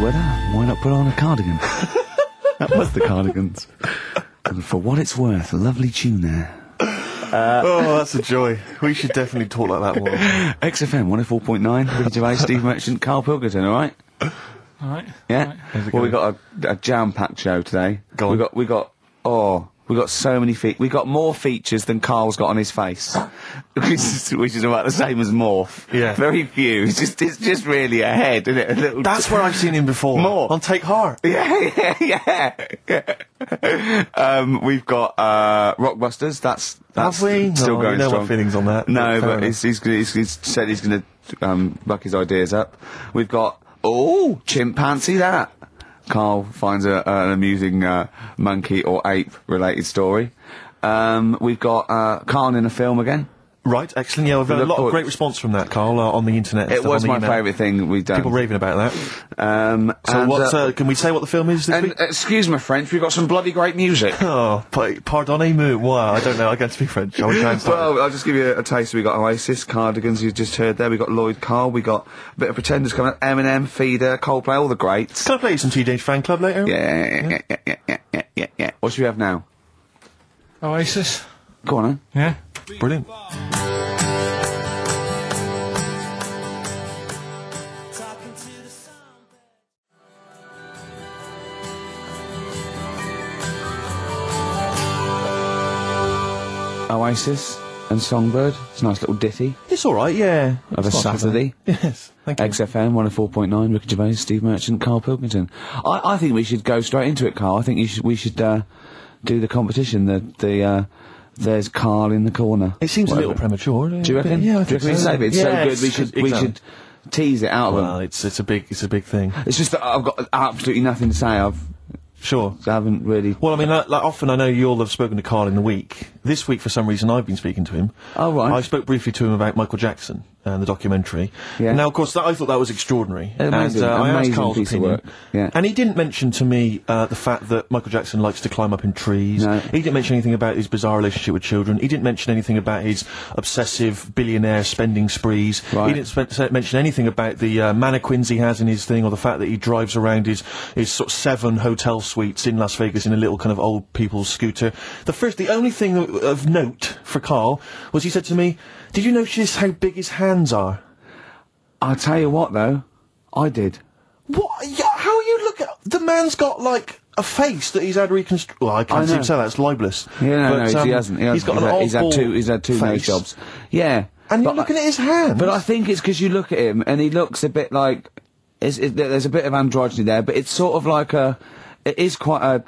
weather, why not put on a cardigan? that was the cardigans. And for what it's worth, a lovely tune there. oh, that's a joy. We should definitely talk like that more. XFM 104.9, Ricky Gervais, Steve Merchant, Carl Pilkerton, alright? All right. Yeah. All right. Well, we got a, a jam-packed show today. Go we on. got we got oh we got so many feet. We got more features than Carl's got on his face, which is which is about the same as morph. Yeah. Very few. It's just it's just really a head, isn't it? A little That's where I've seen him before. More. On Take Heart. yeah, yeah, yeah. um, we've got uh, Rockbusters. That's that's Have we? still No, going you know my strong. feelings on that. No, Fair but enough. he's, he's, gonna- he's, he's said he's going to um, buck his ideas up. We've got oh chimpanzee that. Carl finds a, an amusing uh, monkey or ape related story. Um, we've got uh, Khan in a film again. Right, excellent. Yeah, we've had a Look lot of forward- great response from that, Carl, uh, on the internet. and It stuff, was on my the email. favourite thing we've done. People raving about that. um, So and, what, uh, uh, can we say what the film is this and week? excuse my French, we've got some bloody great music. Oh, pa- pardonnez-moi. Wow, I don't know. I can't speak French. I would try and start. Well, I'll just give you a, a taste. We got Oasis, Cardigans. You just heard there. We got Lloyd Carl. We got a bit of Pretenders coming up. Eminem, Feeder, Coldplay, all the greats. Can I play you some Teenage Fan Club later? Yeah, yeah, yeah, yeah, yeah, yeah, yeah, yeah. What should we have now? Oasis. Go on, then. Yeah. Brilliant. Oasis and Songbird. It's a nice little ditty It's all right, yeah. of a It's not too Saturday. bad. Yes, thank you. XFM 104.9, Ricky Gervais, Steve Merchant, Carl Pilkington. I, I think we should go straight into it, Carl. I think you should, we should uh, do the competition. The, the uh, There's Carl in the Corner. It seems a Whatever. little premature. Do you reckon? Yeah, I Do you think reckon we so. save it? It's Yeah, so good. it's- We should we exactly. should tease it out of Well, them. it's it's a big it's a big thing. It's just that I've got absolutely nothing to say. I've Sure. I haven't really. Well, I mean, like, like often I know you'll have spoken to Carl in the week. This week, for some reason, I've been speaking to him. Oh, right. I spoke briefly to him about Michael Jackson and the documentary. Yeah. Now, of course, that, I thought that was extraordinary. Amazing- and, uh, I asked amazing Carl's piece of opinion. work. Yeah. And he didn't mention to me uh, the fact that Michael Jackson likes to climb up in trees. No. He didn't mention anything about his bizarre relationship with children. He didn't mention anything about his obsessive billionaire spending sprees. He Right. didn't spe- say- mention anything about the uh, mannequins he has in his thing, or the fact that he drives around his his sort of seven hotel suites in Las Vegas in a little kind of old people's scooter. The first, the only thing of- of note for Carl was he said to me, "Did you notice how big his hands are?" I'll tell you what though, I did. What? Yeah, how are you looking? The man's got like a face that he's had reconstructed. Well, I I can't seem know. to say that's libelous. Yeah, no, But, no, um, he hasn't. He he's hasn't. got an he's, had, oddball he's had two. He's had two no face. jobs. Yeah, And you're but- looking at his hands. But I think it's because you look at him and he looks a bit like. It's, it, there- there's a bit of androgyny there, but it's sort of like a. It is quite a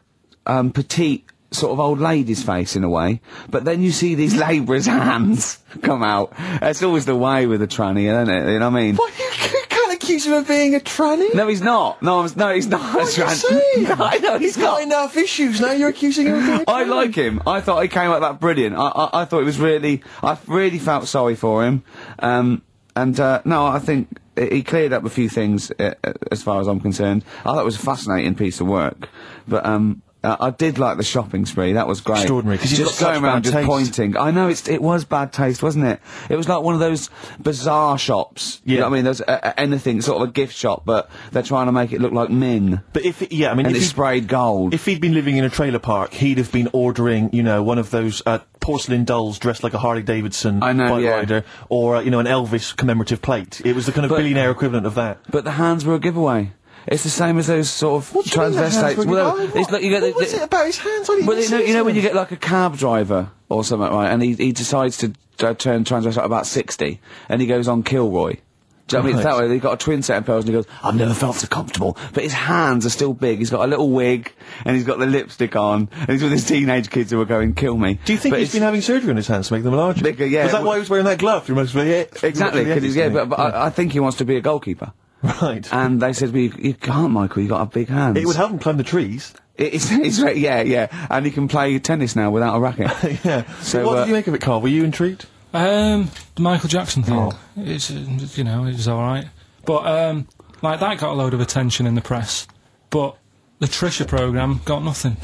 um, petite sort of old lady's face in a way. But then you see these labourers' hands come out. That's always the way with a tranny, isn't it? You know what I mean? What? You c- can't accuse him of being a tranny. No, he's not. No, I'm, no, he's not. What are you saying? No, I know he's, He's got not. enough issues. Now you're accusing him of being a I tranny. like him. I thought he came out that brilliant. I, I, I thought it was really. I really felt sorry for him. Um, and uh, no, I think i- he cleared up a few things uh, uh, as far as I'm concerned. I thought it was a fascinating piece of work. But um, uh, I did like the shopping spree. That was great. Extraordinary, 'cause he's just got such going around bad just taste. pointing. I know it's it was bad taste, wasn't it? It was like one of those bizarre shops. You know Yeah. what I mean, there's a, a- anything sort of a gift shop, but they're trying to make it look like Min. But if yeah, I mean, And if it's he, sprayed gold. if he'd been living in a trailer park, he'd have been ordering, you know, one of those uh, porcelain dolls dressed like a Harley Davidson I know, bike yeah. rider, or uh, you know, an Elvis commemorative plate. It was the kind of But- billionaire equivalent of that. But the hands were a giveaway. It's the same as those sort of What do you mean the hands transvestites. were- Well, oh, it's what- like you get what the- was the- it about his hands? I didn't Well, even you know, see you know when them. you get like a cab driver or something, right? And he he decides to uh, turn transvestite about sixty, and he goes on Kilroy. Do you know what I mean? It's Right. that way. They've got a twin set of pearls, and he goes, I've never felt so comfortable. But his hands are still big. He's got a little wig, and he's got the lipstick on, and he's with his teenage kids who are going, kill me. Do you think But he's it's- been having surgery on his hands to make them larger? Bigger, yeah. Was that why he was wearing that glove? You must be it. Exactly, 'cause he's- yeah, but, but I, I think he wants to be a goalkeeper. right. And they said, well, you, you can't, Michael, you've got a big hand. It would help him climb the trees. It's, it's right, yeah, yeah, and he can play tennis now without a racket. yeah. So, So, what uh, did you make of it, Carl? Were you intrigued? Um, the Michael Jackson thing. Oh. It's uh, you know it was all right, but um, like that got a load of attention in the press, but the Trisha program got nothing.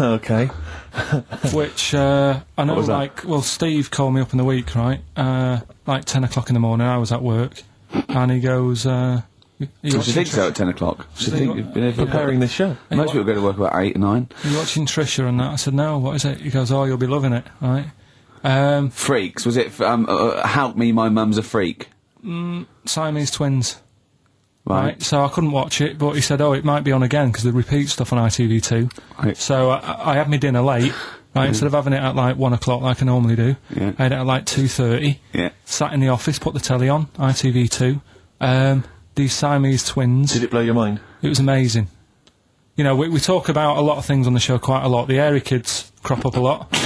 okay. which uh, I know, was that? like, well, Steve called me up in the week, right? Uh, like ten o'clock in the morning. I was at work, and he goes, uh, You, you She watching thinks so Trisha? at 10 o'clock. She They thinks wa- you've been here for Preparing this show. Most people go to work about 8 or 9. you watching Trisha and that? I said, no, what is it? He goes, oh, you'll be loving it, right? Um, Freaks. Was it, f- um, uh, uh, Help Me, My Mum's a Freak? Siamese twins. Right. so I couldn't watch it, but he said, "Oh, it might be on again because they repeat stuff on ITV2." Right. So I, I had my dinner late. Right, instead of having it at like one o'clock like I normally do, Yeah. I had it at like two thirty. Yeah. Sat in the office, put the telly on ITV2. Um, these Siamese twins. Did it blow your mind? It was amazing. You know, we, we talk about a lot of things on the show quite a lot. The airy kids crop up a lot.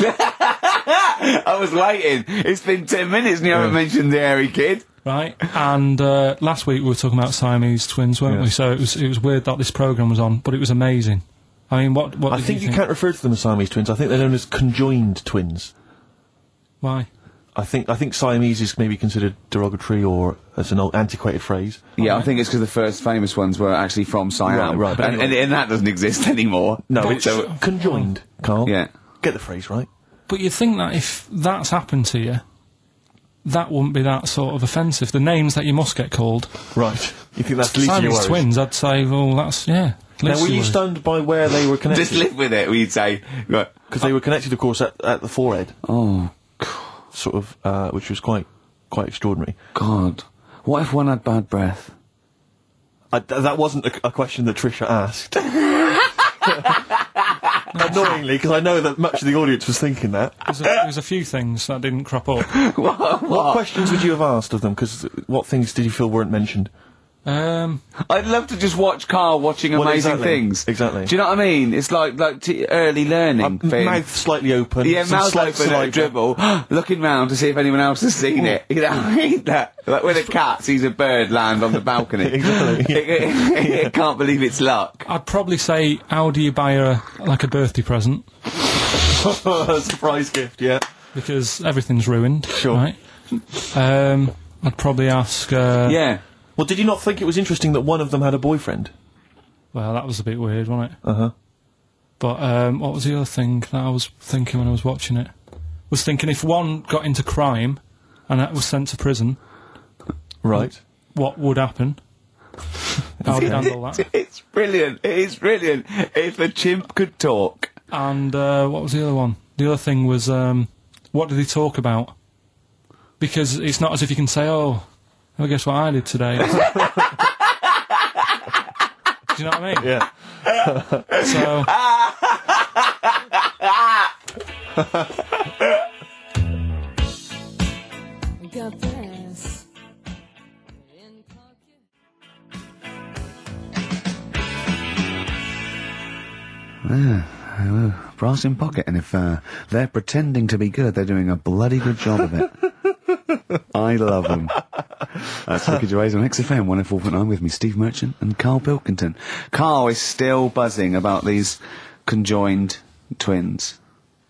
I was waiting. It's been 10 minutes and you haven't mentioned the airy kid. Right, and uh, last week we were talking about Siamese twins, weren't Yeah. we? So it was it was weird that this program was on, but it was amazing. I mean, what what I did think you you can't refer to them as Siamese twins. I think they're known as conjoined twins. Why? I think I think Siamese is maybe considered derogatory or as an old antiquated phrase. Yeah, I think it's because the first famous ones were actually from Siam. Right, right, but and, and, and that doesn't exist anymore. No, But- it's conjoined, Carl. Yeah. Get the phrase right. But you'd think that if that's happened to you, that wouldn't be that sort of offensive. The names that you must get called Right. You think that's least your Siamese worries? twins, I'd say, well, that's yeah. Now, least were your you worries. stunned by where they were Just connected? live with it, we'd say. Right. Because they were connected, of course, at, at the forehead, Oh, sort of, uh, which was quite quite extraordinary. God. What if one had bad breath? I, th- that wasn't a, a question that Trisha asked. Annoyingly, because I know that much of the audience was thinking that. There's a, there's a few things that didn't crop up. what? What questions would you have asked of them? Because what things did you feel weren't mentioned? Um, I'd love to just watch Carl watching Well, amazing exactly. things. Exactly. Do you know what I mean? It's like like t- early learning. Um, thing. mouth slightly open. yeah, some mouth slight open at a saliva. dribble, looking round to see if anyone else has seen it. You know, what I mean that like when a cat sees a bird land on the balcony. Exactly, It, it- it can't believe its luck. I'd probably say, how do you buy her a, like a birthday present? Surprise gift, yeah. Because everything's ruined. Sure. Right? Um, I'd probably ask. Uh, Yeah. Well, did you not think it was interesting that one of them had a boyfriend? Well, that was a bit weird, wasn't it? Uh huh. But um, what was the other thing that I was thinking when I was watching it? Was thinking if one got into crime and that was sent to prison, Right. what would happen? How would handle that? It's brilliant. It is brilliant. If a chimp could talk. And uh, what was the other one? The other thing was um, what did they talk about? Because it's not as if you can say, "Oh, well, guess what I did today." Do you know what I mean? Yeah. So Got this. In pocket. Brass in pocket, and if uh, they're pretending to be good, they're doing a bloody good job of it. I love them. That's Ricky Gervais on XFM 104.9 with me, Steve Merchant and Carl Pilkington. Carl is still buzzing about these conjoined twins.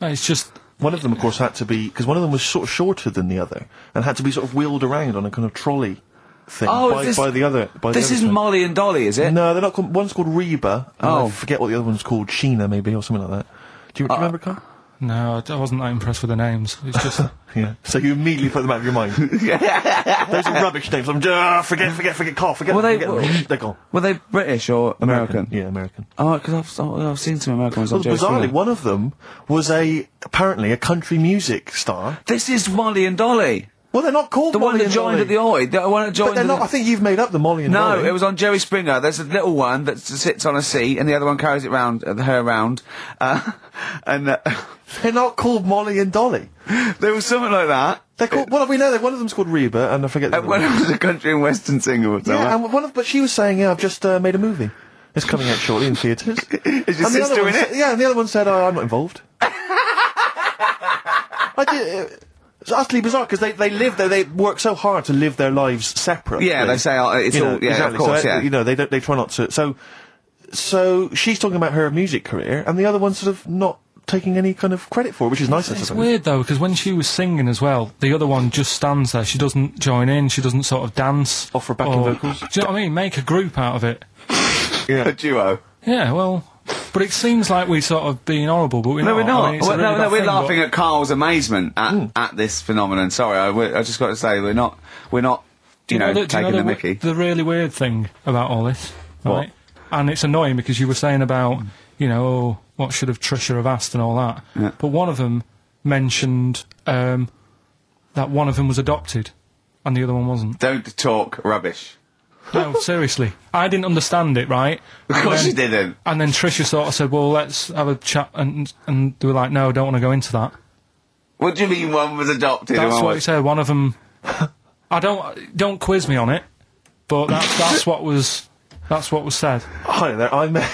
it's just One of them, of course, had to be because one of them was sort of shorter than the other, and had to be sort of wheeled around on a kind of trolley thing by, by the other. By the Oh, this other isn't side. Molly and Dolly, is it? No, they're not. Called, one's called Reba. And Oh. Uh, I forget what the other one's called. Sheena, maybe, or something like that. Do you, do you remember, Carl? no, I- I wasn't that impressed with the names. It's just Yeah. So you immediately put them out of your mind. Those are rubbish names. I'm just ah, forget, forget, forget. Carl, forget. Were they- forget them. They're gone. Were they British or American? Yeah, American. Oh, because I've, I've seen some American ones Well, on Joe bizarrely, Sweeney. one of them was a apparently a country music star. This is Molly and Dolly. Well, they're not called The one Molly that and joined Dolly. at the Oi. The one that joined But they're at not. the- I think you've made up the Molly and No, Dolly. it was on Jerry Springer. There's a little one that s- sits on a seat, and the other one carries it round uh, her round, uh, and uh, They're not called Molly and Dolly. there was something like that. They're called. Well, we know that one of them's called Reba, and I forget. The And other when one. it was a country and western singer or yeah, something. and one of. But she was saying, "Yeah, I've just uh, made a movie. It's coming out shortly in theatres." Is your And the other sister one in said- it? Yeah, and the other one said, oh, "I'm not involved." I did. uh, It's utterly bizarre because they, they live there. They work so hard to live their lives separately. Yeah, they say, oh, it's You all- know, yeah, of exactly. course, So, uh, yeah. You know, they don't. They try not to. So, so she's talking about her music career, and the other one's sort of not taking any kind of credit for it, which is nice. I It's suppose. weird though because when she was singing as well, the other one just stands there. She doesn't join in. She doesn't sort of dance. Offer backing or- vocals. Do you know what I mean? Make a group out of it. A duo. Yeah, well, but it seems like we're sort of being horrible, but we're No, not. we're not. Oh, I mean, it's a Well, no, really no, bad we're thing, Hmm. laughing at Carl's amazement at, at this phenomenon. Sorry, I, we- I just got to say we're not we're not you know, the- do taking you know the the, mickey. w- the really weird thing about all this, What? right? And it's annoying because you were saying about, you know, oh, what should have Trisha have asked and all that. Yeah. But one of them mentioned um, that one of them was adopted and the other one wasn't. Don't talk rubbish. no, seriously. I didn't understand it, right? Of course And you then- didn't. And then Trisha sort of said, well, let's have a chat. And, and they were like, no, I don't want to go into that. What do you mean one was adopted? and That's one what he was- said. One of them. I don't. Don't quiz me on it. But that's that's what was. That's what was said. Hello there, I'm a.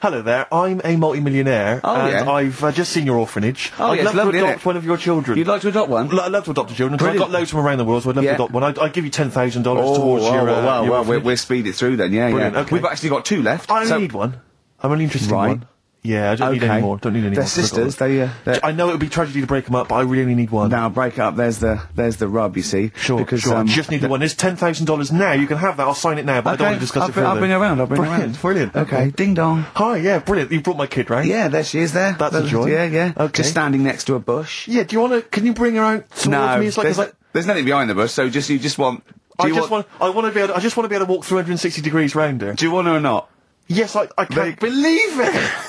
Hello there, I'm a multimillionaire, Oh, and yeah. I've uh, just seen your orphanage. Oh, I'd yeah, it's love lovely, to isn't adopt it? one of your children. You'd like to adopt one? L- I'd love to adopt a children. 'cause I've got Brilliant. loads from around the world, so I'd love Yeah. to adopt one. I'd, I'd give you ten thousand dollars Oh, towards wow, your. wow, uh, wow, your wow, we're, orphanage. we're speeding through then, yeah, Brilliant, yeah. okay. We've actually got two left. I so- need one. I'm only interested Right. in one. Yeah, I don't need Okay. any more. Don't need any They're more. I've got sisters, one. they, uh, they're- I know it would be tragedy to break them up, but I really only need one. Now break it up. There's the there's the rub. You see, Sure, Because sure. I um, just need the one. There's ten thousand dollars now. You can have that. I'll sign it now, but I don't Okay, want to discuss I'll it bring- further. I'll bring her round, I'll bring her brilliant, round. Brilliant. Okay, ding dong. Hi. Yeah. Brilliant. You brought my kid round. Yeah, there she is. There. That's a joy. Yeah, yeah. Okay. Just standing next to a bush. Yeah. Do you want to? Can you bring her out towards no, me? It's like, there's, it's like there's nothing behind the bush. So just you just want. Do I you just want, I want to be able. I just want to be able to walk 360 degrees round her. Do you want her or not? Yes, I. I can't believe it.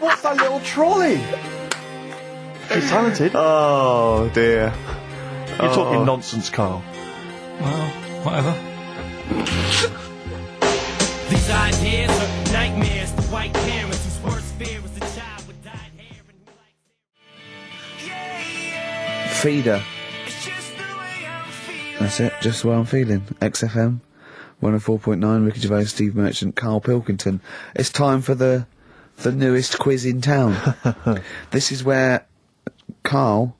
What's that little trolley? She's talented. Oh dear. You're talking nonsense, Carl. Well, whatever. These ideas are nightmares to white parents whose worst fear is a child with dyed hair and who likes Feeder. That's it. Just the way I'm feeling. XFM, 104.9. Ricky Gervais, Steve Merchant, Carl Pilkington. It's time for the the newest quiz in town. this is where Carl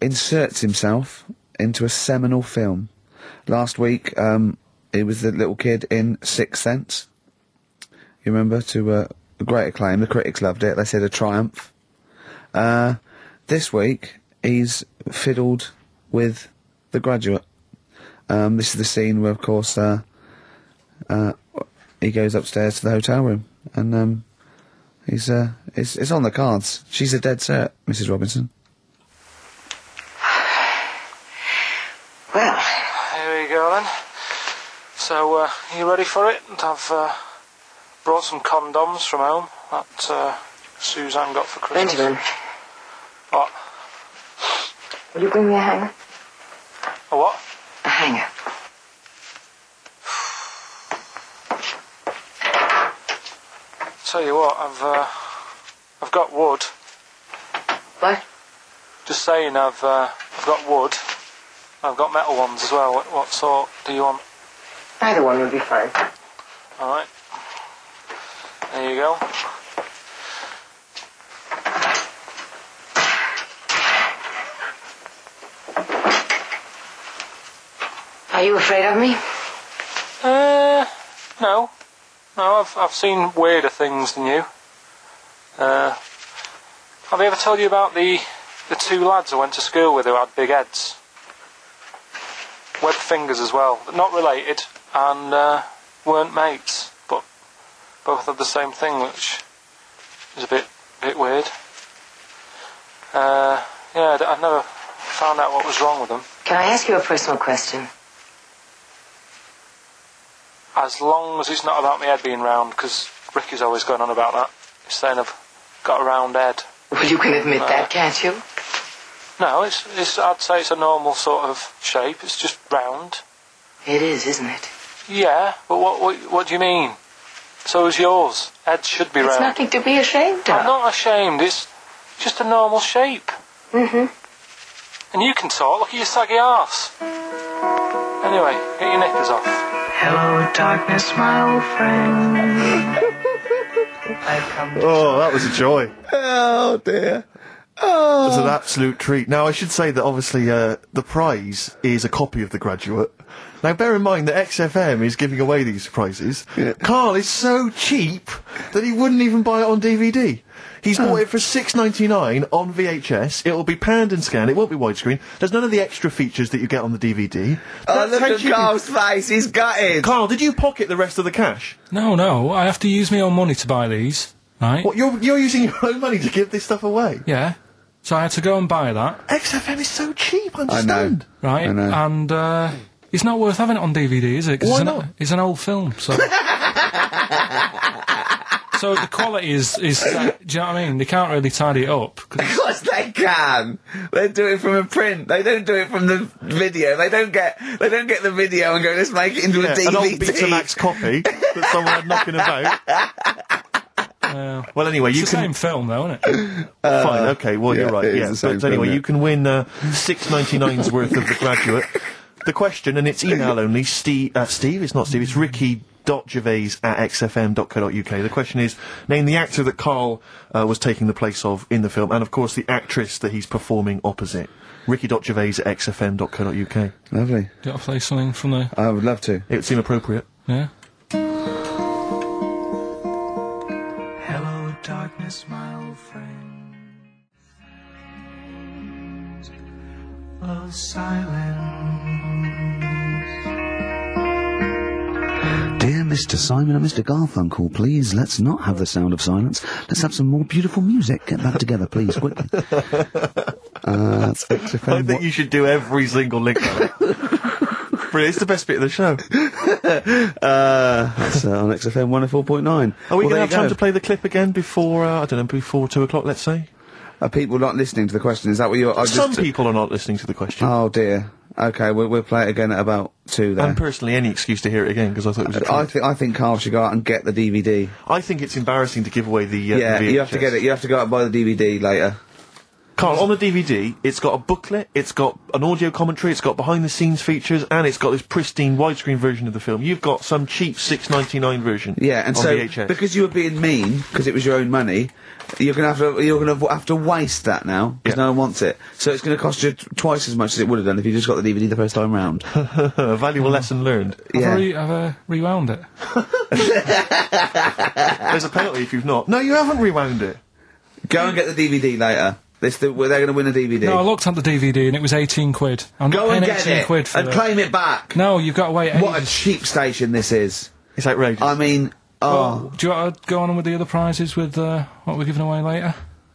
inserts himself into a seminal film. Last week, um, he was the little kid in Sixth Sense. You remember to uh, great acclaim. The critics loved it. They said a triumph. Uh, this week, he's fiddled with The Graduate. Um, this is the scene where, of course, uh, uh, he goes upstairs to the hotel room and um, he's uh, it's, it's on the cards. She's a dead cert, Mrs. Robinson. Well, Here we go then. So, uh, you ready for it? And I've uh, brought some condoms from home that uh, Suzanne got for Christmas. Benjamin, What? will you bring me a hanger? A what? A hanger. Tell you what, I've uh, I've got wood. What? Just saying, I've uh, I've got wood. I've got metal ones as well. What, what sort do you want? Either one would be fine. All right. There you go. Are you afraid of me? Uh, no, no. I've I've seen weirder things than you. Uh, have I ever told you about the the two lads I went to school with who had big heads, web fingers as well, but not related, and uh, weren't mates, but both had the same thing, which is a bit bit weird. Uh, yeah, I- I've never found out what was wrong with them. Can I ask you a personal question? As long as it's not about my head being round, because Ricky's always going on about that. He's saying I've got a round head. Well, you can admit that, can't you? No, it's, it's I'd say it's a normal sort of shape. It's just round. It is, isn't it? Yeah, but what what, what do you mean? So is yours. Head should be It's round. nothing to be ashamed I'm of. not ashamed. It's just a normal shape. Mm-hmm. And you can talk. Look at your saggy arse. Anyway, get your knickers off. Hello, darkness, my old friend. I've come to Oh, that was a joy. Oh dear. Oh. It was an absolute treat. Now, I should say that obviously uh, the prize is a copy of The Graduate. Now, bear in mind that XFM is giving away these prizes. Carl is so cheap that he wouldn't even buy it on DVD. He's Oh. bought it for six ninety nine on VHS. It'll be panned and scanned. It won't be widescreen. There's none of the extra features that you get on the DVD. Oh, That's look how at cheap it- Carl's face. He's gutted. Carl, did you pocket the rest of the cash? No, no. I have to use my own money to buy these, right? What you're you're using your own money to give this stuff away? Yeah. So I had to go and buy that, XFM is so cheap. I I know. understand. right? I know. And uh, It's not worth having it on DVD, is it? 'Cause Why it's an, not? It's an old film, so. so the quality is is. uh, do you know what I mean? They can't really tidy it up. 'cause- Of course they can. They do it from a print. They don't do it from the video. They don't get they don't get the video and go, let's make it into a DVD. An old Betamax copy that someone had knocking about. well, Well, anyway, it's you the can same film, though, isn't it? Fine, okay, well, uh, yeah, you're right. it is Yeah, the same but anyway, thing, yeah. you can win uh, six ninety nine's worth of The Graduate. The question, and it's email only, Steve, uh, Steve, it's not Steve, it's Ricky dot gervais at xfm.co.uk the question is name the actor that carl uh, was taking the place of in the film and of course the actress that he's performing opposite ricky dot gervais at xfm.co.uk Lovely. Do you want to play something from the? I would love to. it would seem appropriate Yeah. Hello, darkness, my old friend. Oh, silence. Dear Mr. Simon and Mr. Garfunkel, please let's not have the sound of silence. Let's have some more beautiful music. Get that together, please, quickly. Uh, that's i XFM. think you should do every single link Brilliant, it's the best bit of the show Uh, that's uh, on XFM 104.9. are we Well, going to there have you time go. to play the clip again before uh, i don't know before two o'clock let's say Are people not listening to the question? Is that what you're... I Some just, people are not listening to the question. oh, dear. Okay, we'll, we'll play it again at about two and then. personally, any excuse to hear it again because I thought it was. A I, I, th- I think Carl should go out and get the DVD. I think it's embarrassing to give away the. Uh, yeah, the you have to VHS. get it. You have to go out and buy the DVD later. Carl, on the DVD, it's got a booklet, it's got an audio commentary, it's got behind-the-scenes features, and it's got this pristine widescreen version of the film. You've got some cheap six ninety nine version. Yeah, and on so VHS. because you were being mean because it was your own money, you're gonna have to you're gonna have to waste that now because Yeah. no one wants it. So it's gonna cost you t- twice as much as it would have done if you just got the DVD the first time round. a valuable lesson learned. Have I yeah, re- have I rewound it? There's a penalty if you've not. No, you haven't rewound it. go and get the DVD later. This the, well, they're gonna win a DVD. No, I looked at the DVD and it was eighteen quid. I'm not go and paying get eighteen it quid for and that. claim it back. No, you've got to wait. What a ages. cheap station this is. It's outrageous. I mean, oh, Do you want to go on with the other prizes with uh, what we're giving away later?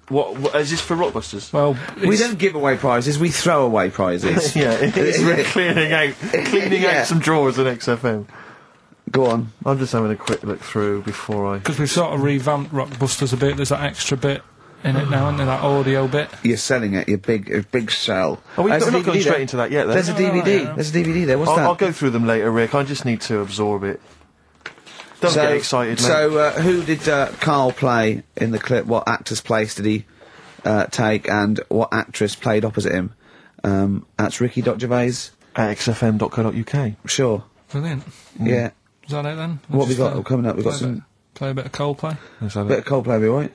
what, what is this for? Rockbusters. Well, we it's- don't give away prizes. We throw away prizes. yeah, it's re- cleaning out, cleaning Yeah. out some drawers in XFM. Go on. I'm just having a quick look through before I. Because we've sort of revamped Rockbusters a bit. There's that extra bit in it now, isn't there? That audio bit. You're selling it. You're big. a big sell. Oh, we've There's got- a we're not going DVD straight there. into that yet, then. There's a No, no, no, DVD. no. There's a DVD there. What's I'll, that? I'll go through them later, Rick. I just need to absorb it. Don't get excited, mate. So, uh, who did uh, Carl play in the clip? What actor's place did he uh, take, and what actress played opposite him? Um, that's Ricky Gervais. At xfm.co.uk. Sure. Brilliant. Hmm. Yeah. Is that it then? What have we Just, got uh, coming up? We've got play a bit- some play a bit of Coldplay. Let's have bit of it. Coldplay, be alright.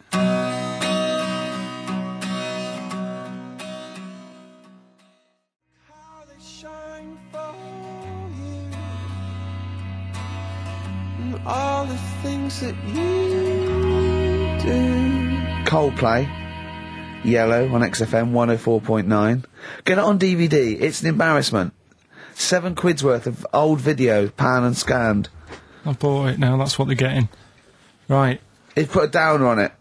all the things that you do. Coldplay, Yellow on XFM 104.9. Get it on DVD. It's an embarrassment. Seven quid's worth of old video, pan and scanned. I've bought it now. That's what they're getting. Right. It put a downer on it.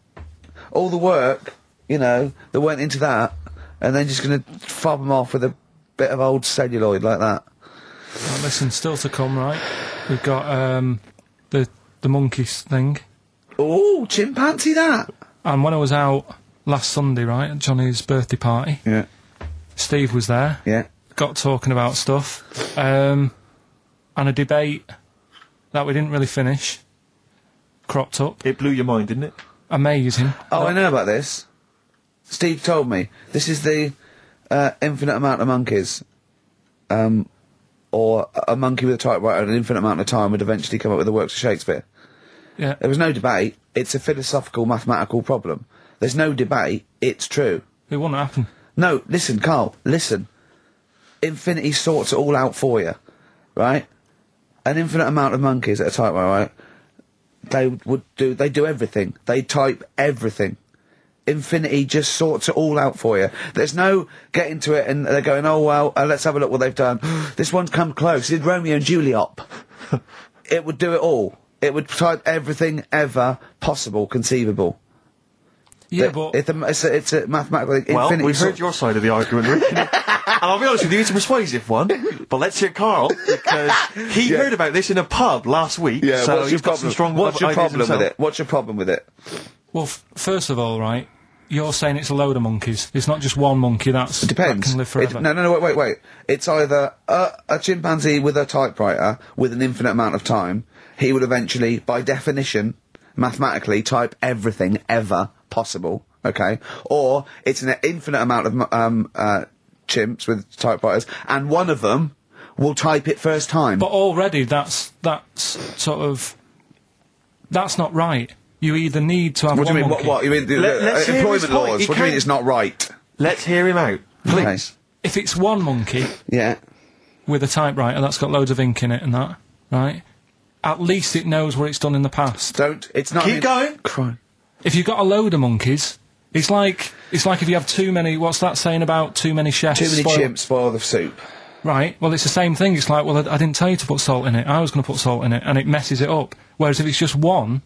All the work, you know, that went into that, and then just going to fob them off with a bit of old celluloid like that. Now listen, still to come. Right. We've got um, the the monkeys thing. Oh, chimpanzee that! And when I was out last Sunday, right, at Johnny's birthday party, Yeah, Steve was there. yeah. got talking about stuff, um, and a debate that we didn't really finish cropped up. It blew your mind, didn't it? Amazing. Oh, I know about this. Steve told me this is the uh, infinite amount of monkeys, um, or a- a monkey with a typewriter and an infinite amount of time would eventually come up with the works of Shakespeare. Yeah. There was no debate. It's a philosophical, mathematical problem. There's no debate. It's true. It wouldn't happen. No, listen, Carl, listen. Infinity sorts it all out for you, right? An infinite amount of monkeys at a typewriter, right? They would do, they do everything. They type everything. Infinity just sorts it all out for you. There's no getting to it and they're going, oh well, uh, let's have a look what they've done. this one's come close. Did Romeo and Juliet? it would do it all. It would type everything ever possible, conceivable. Yeah, That- but it's a, it's a, it's a mathematical. Well, infinity we've sort- heard your side of the argument, Rick. I'll be honest with you, it's a persuasive one. But let's hear Carl because he Yeah. heard about this in a pub last week. Yeah, so what's he's your got problem? some strong what's your ideas problem with himself. it? What's your problem with it? Well, f- first of all, right, you're saying it's a load of monkeys. It's not just one monkey. That's It depends. That can live It- forever. no, no, no, wait, wait, wait. It's either a, a chimpanzee with a typewriter with an infinite amount of time. He would eventually, by definition, mathematically, type everything ever possible. Okay, or it's an infinite amount of um, uh, chimps with typewriters, and one of them will type it first time. But already, that's that's sort of that's not right. You either need to have what do one you mean? What? monkey. What? You mean the, Let- the, let's uh, hear his employment point. laws? He What do you mean? can't- It's not right. Let's hear him out. Please. Okay. If it's one monkey Yeah. with a typewriter that's got loads of ink in it and that, right? At least it knows what it's done in the past. Don't. It's not. I Keep mean- going. Crime. If you've got a load of monkeys, it's like it's like if you have too many. What's that saying about too many chefs? Too many spoil- chimps spoil the soup. Right. Well, it's the same thing. It's like, well, I, I didn't tell you to put salt in it. I was going to put salt in it, and it messes it up. Whereas if it's just one,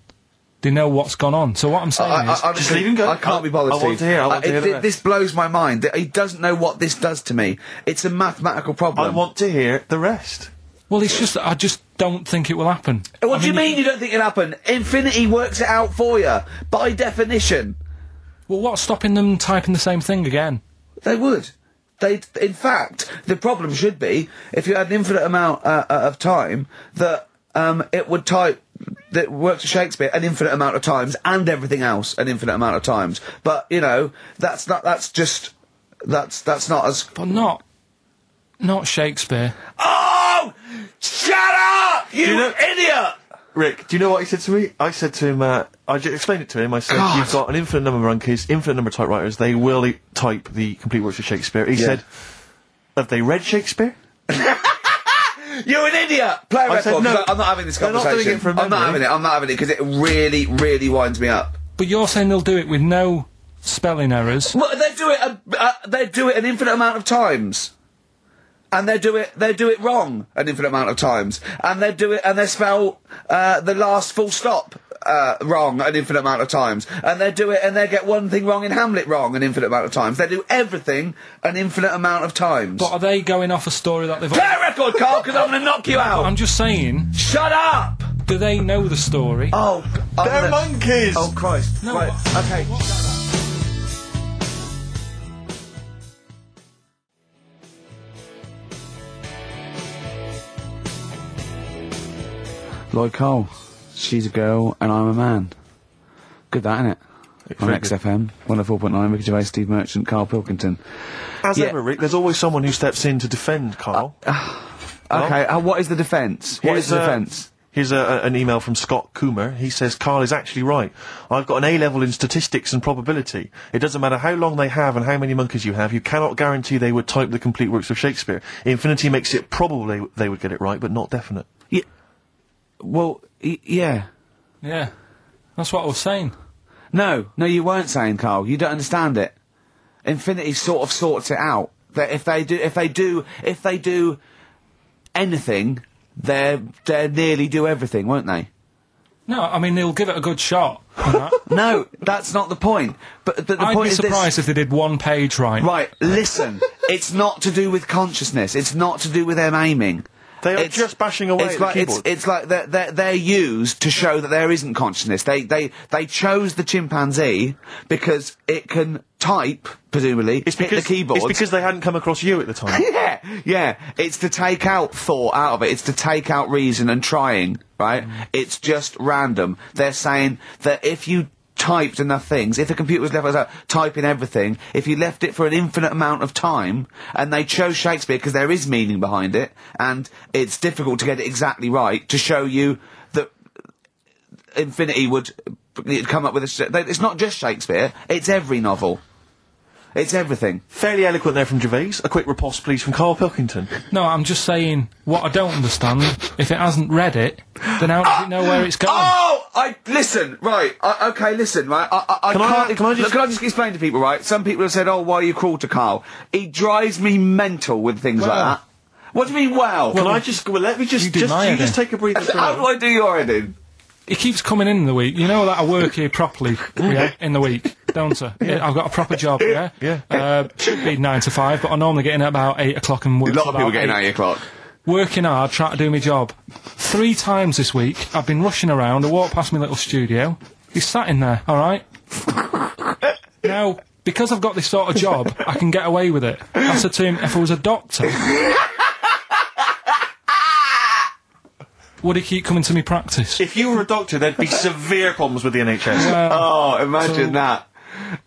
they know what's gone on. So what I'm saying I, is, I, I, Oh, Just leave him go. I can't be bothered. I want Steve. to hear, I want Uh, to hear it- the thi- rest. This blows my mind. that He doesn't know what this does to me. It's a mathematical problem. I want to hear the rest. well, it's just that I just don't think it will happen. what I do you mean you don't think it'll happen? Infinity works it out for you by definition. Well, what's stopping them typing the same thing again? They would. They, in fact, the problem should be if you had an infinite amount uh, uh, of time that um, it would type that works of Shakespeare an infinite amount of times and everything else an infinite amount of times. But you know that's not that's just that's that's not as But not, not Shakespeare. Oh! Shut up! You, know- idiot! Rick, do you know what he said to me? I said to him, uh, I ju- explained it to him. I said, you've got an infinite number of monkeys, infinite number of typewriters. They will e- type the complete works of Shakespeare. He said, have they read Shakespeare? You're an idiot! Play a I record. said 'cause no. I- I'm not having this They're not conversation. doing it from I'm not memory. having it. I'm not having it because it really, really winds me up. But you're saying they'll do it with no spelling errors. Well, they do it. A, uh, they do it an infinite amount of times, and they do it. They do it wrong an infinite amount of times, and they do it and they spell uh, the last full stop. Uh, wrong an infinite amount of times, and they do it, and they get one thing wrong in Hamlet wrong an infinite amount of times. They do everything an infinite amount of times. But are they going off a story that they've? Play a record, Carl, because I'm going to knock you out. I'm just saying, Shut up! do they know the story? Oh, I'm They're gonna- monkeys! Oh Christ! right. Okay. Lloyd Cole, she's a girl and I'm a man. Good that, innit? On very good. XFM, 104.9, Ricky Gervais, Steve Merchant, Carl Pilkington. As Yeah. ever, Rick, there's always someone who steps in to defend Carl. Okay, uh, what is the defence? What is the uh, defence? Here's a, a- an email from Scott Coomer. He says, Carl is actually right. I've got an A level in statistics and probability. It doesn't matter how long they have and how many monkeys you have, you cannot guarantee they would type the complete works of Shakespeare. Infinity makes it probably they would get it right, but not definite. uh, Well, y- yeah. Yeah, that's what I was saying. No, no, you weren't saying, Carl. You don't understand it. Infinity sort of sorts it out. That if they do, if they do, if they do anything, they're they nearly do everything, won't they? No, I mean they'll give it a good shot. and that. No, that's not the point. But, but the I'd point be is this- surprised if they did one page right. Right, listen. it's not to do with consciousness. It's not to do with them aiming. They are It's- just bashing away It's at the like it's, keyboard. it's like they're, they're they're used to show that there isn't consciousness. They they they chose the chimpanzee because it can type presumably It's because, hit the keyboard. It's because they hadn't come across you at the time. yeah, yeah. It's to take out thought out of it. It's to take out reason and trying, right? It's just random. They're saying that if you typed enough things, if a computer was left out typing everything, if you left it for an infinite amount of time, and they chose Shakespeare because there is meaning behind it, and it's difficult to get it exactly right to show you that Infinity would it'd come up with a. sh- they- It's not just Shakespeare. It's every novel. It's everything. Fairly eloquent there from Gervais. A quick riposte, please, from Carl Pilkington. No, I'm just saying what I don't understand. if it hasn't read it, then how does it know where it's going? Oh, I listen. Right. I, okay, listen. Right. I, I, I Can I- can't. can I just- look, can I just explain to people? Right. Some people have said, "Oh, why are you cruel to Carl?" He drives me mental with things like that. What do you mean? Wow. Can I just... Well, let me just... you just deny you it just then. take a breather. for a How do moment. I do your editing? he keeps coming in the week. You know that I work here properly yeah, in the week, don't I? Yeah, I've got a proper job, yeah? Yeah. Uh, should be 9 to 5, but I normally get in at about 8 o'clock and A work lot till of people about getting eight. eight o'clock. Working hard, trying to do my job. Three times this week, I've been rushing around. I walked past my little studio. He's sat in there, all right? now, because I've got this sort of job, I can get away with it. I said to him, if I was a doctor, would he keep coming to me practice? If you were a doctor, there'd be severe problems with the NHS. Oh, imagine that.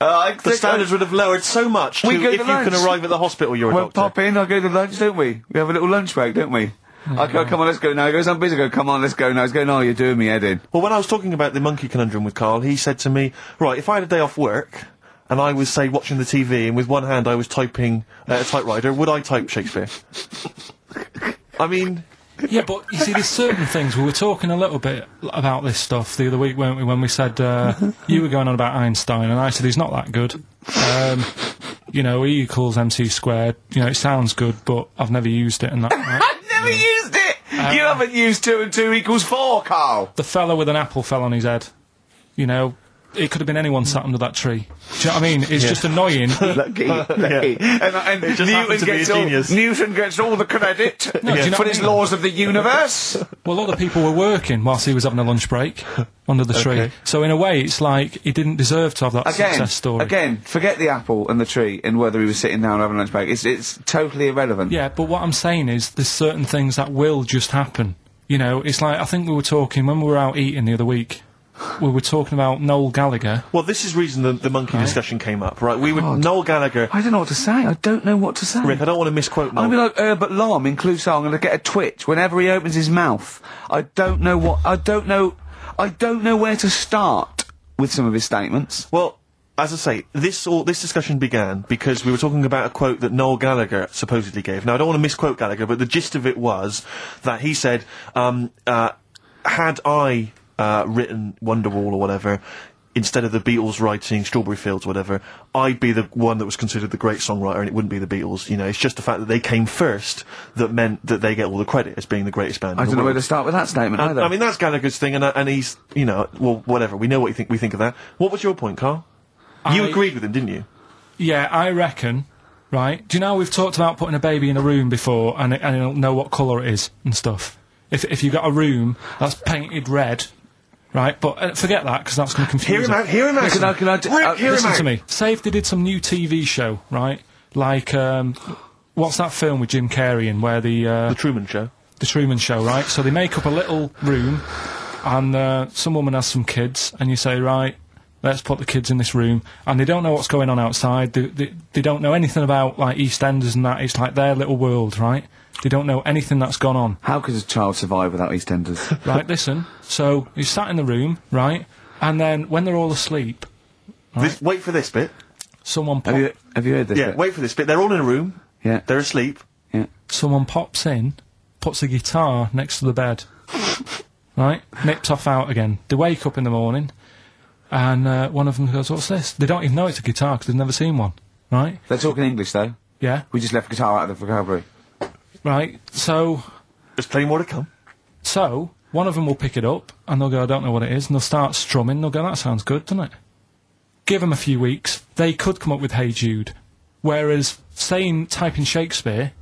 Uh, I The think standards would have lowered so much. We to go to if you lunch. can arrive at the hospital, you're a I, we'll doctor. pop in. I go to lunch, don't we? We have a little lunch break, don't we? I go, come on, let's go now. He goes, I'm busy. I go, come on, let's go now. He's going, oh, you're doing me head in. Well, when I was talking about the monkey conundrum with Carl, he said to me, "Right, if I had a day off work." And I was, say, watching the TV, and with one hand I was typing uh, a typewriter. Would I type Shakespeare? I mean, Yeah, but you see, there's certain things. We were talking a little bit about this stuff the other week, weren't we? When we said uh, you were going on about Einstein, and I said he's not that good. Um, you know, E equals mc squared. You know, it sounds good, but I've never used it. And that right? I've never used it. you Uh-huh. haven't used two and two equals four, Carl. the fellow with an apple fell on his head. You know, it could have been anyone sat under that tree. Do you know what I mean? It's just annoying. Lucky, lucky. Uh, And, and happened Newton to be a gets all genius. Newton gets all the credit do you know for what I his mean? laws of the universe. Well, other people were working whilst he was having a lunch break under the tree. So in a way, it's like he didn't deserve to have that again, success story. again, forget the apple and the tree and whether he was sitting down having lunch break. It's it's totally irrelevant. Yeah, but what I'm saying is there's certain things that will just happen. You know, it's like I think we were talking when we were out eating the other week. We were talking about Noel Gallagher. well, this is reason the, the monkey discussion came up, right? We would Noel Gallagher. I don't know what to say. I don't know what to say. Rick, I don't want to misquote I'm Noel. gonna be like Herbert Lom in Clouseau. I'm gonna get a twitch whenever he opens his mouth. I don't know what. I don't know. I don't know where to start with some of his statements. Well, as I say, this all this discussion began because we were talking about a quote that Noel Gallagher supposedly gave. Now, I don't want to misquote Gallagher, but the gist of it was that he said, um, uh, "Had I uh, written Wonderwall or whatever." Instead of the Beatles writing Strawberry Fields, whatever, I'd be the one that was considered the great songwriter, and it wouldn't be the Beatles. You know, it's just the fact that they came first that meant that they get all the credit as being the greatest band. I in the don't know where world. to start with that statement And- either. I mean, that's Gallagher's thing, and uh, and he's you know, well, whatever. We know what you think. We think of that. What was your point, Carl? You I- agreed with him, didn't you? Yeah, I reckon. Right? Do you know we've talked about putting a baby in a room before and it, and it'll know what colour it is and stuff. If if you got a room that's painted red, right? But uh, forget that because that's going to confuse. Hear him it. out. Hear him out. Can I- can I d- Rick, uh, hear him Listen out. to me. Say if they did some new TV show, right? Like um, what's that film with Jim Carrey in where the uh, The Truman Show. the Truman Show, right? So they make up a little room, and uh, some woman has some kids, and you say, right, let's put the kids in this room, and they don't know what's going on outside. They, they, they don't know anything about like EastEnders and that. It's like their little world, right? They don't know anything that's gone on, How could a child survive without EastEnders? right? Listen, so you sat in the room, right, and then when they're all asleep, This, wait for this bit. someone pop- have you have you heard this? Yeah, bit? wait for this bit. They're all in a room. Yeah. They're asleep. yeah. someone pops in, puts a guitar next to the bed, right? Nipped off out again. They wake up in the morning, and uh, one of them goes, "What's this?" They don't even know it's a guitar because they've never seen one, right? They're talking English though. Yeah, We just left guitar out of the vocabulary. right. So, There's plenty more to come. so one of them will pick it up and they'll go, "I don't know what it is," and they'll start strumming. They'll go, "That sounds good, doesn't it?" Give them a few weeks, they could come up with "Hey Jude," whereas saying typing Shakespeare.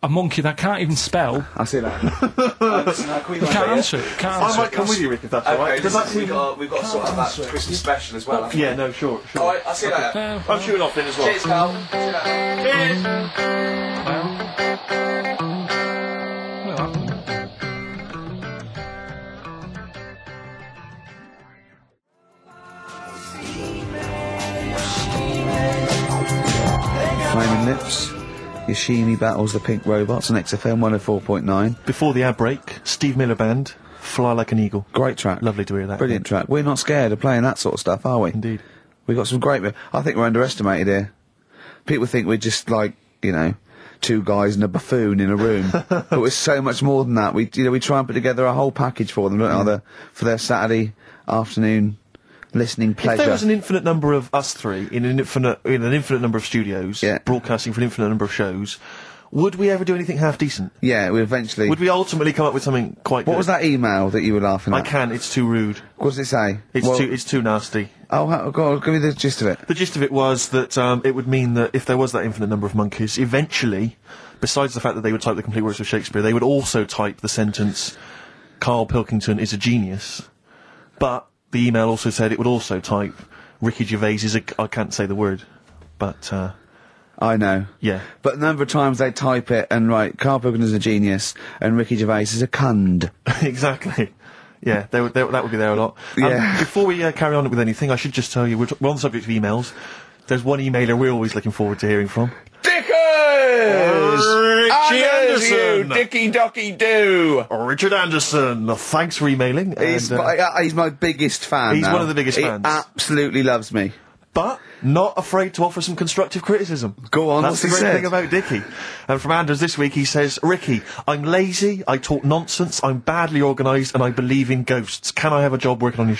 A monkey that can't even spell. I see that. They can't answer it. Can't I answer might it. come with you, Rick, if that's all right. Does that seem- got we've got sort of that Christmas special as well. Yeah, no, sure, sure. I see that. Uh, I'm shooting off then as well. pal. Flaming Lips. Yoshimi battles the pink robots on XFM 104.9. Before the ad break, Steve Miller Band, Fly Like an Eagle. Great track. Lovely to hear that. Brilliant track. We're not scared of playing that sort of stuff, are we? Indeed. We've got some great. I think we're underestimated here. People think we're just like, you know, two guys and a buffoon in a room. but we're so much more than that. We, you know, we try and put together a whole package for them, don't we, Mm. on the- for their Saturday afternoon listening If there was an pleasure. infinite number of us three in an infinite in an infinite number of studios, Yeah. broadcasting for an infinite number of shows, Would we ever do anything half decent? Yeah, we eventually. Would we ultimately come up with something quite what was that email that you were laughing I at? can, it's too rude. What does it say? It's Well- too it's too nasty. Oh, ha- go on, give me the gist of it. The gist of it was that um, it would mean that if there was that infinite number of monkeys, eventually, besides the fact that they would type the complete works of Shakespeare, they would also type the sentence, Carl Pilkington is a genius. But the email also said it would also type, Ricky Gervais is a. I can't say the word, but. Uh, I know. Yeah. But the number of times they type it and write, Carl Pilkington is a genius and Ricky Gervais is a cund. exactly. Yeah, they, would- they, would- that would be there a lot. Um, Yeah. Before we uh, carry on with anything, I should just tell you we're, t- we're on the subject of emails. There's one emailer we're always looking forward to hearing from. Dickers! Richie Anders, you Anderson. Dicky Docky Do! Richard Anderson, thanks for emailing. He's, and, uh, my, uh, he's my biggest fan. He's now. one of the biggest he fans. Absolutely loves me. but not afraid to offer some constructive criticism. Go on, That's what's the he great said? thing about Dicky. And from Anders this week, he says, Ricky, I'm lazy, I talk nonsense, I'm badly organised, and I believe in ghosts. Can I have a job working on your